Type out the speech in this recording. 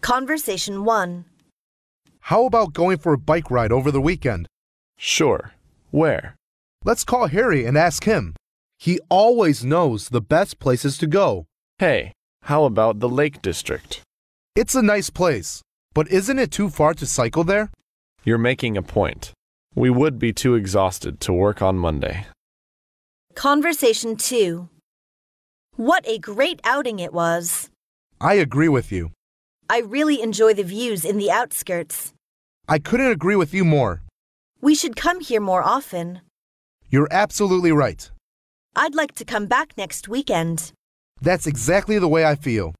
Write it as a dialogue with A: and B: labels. A: Conversation 1.
B: How about going for a bike ride over the weekend?
C: Sure. Where?
B: Let's call Harry and ask him. He always knows the best places to go.
C: Hey, how about the Lake District?
B: It's a nice place, but isn't it too far to cycle there?
C: You're making a point. We would be too exhausted to work on Monday.
A: Conversation 2. What a great outing it was!
B: I agree with you.
A: I really enjoy the views in the outskirts.
B: I couldn't agree with you more.
A: We should come here more often.
B: You're absolutely right.
A: I'd like to come back next weekend.
B: That's exactly the way I feel.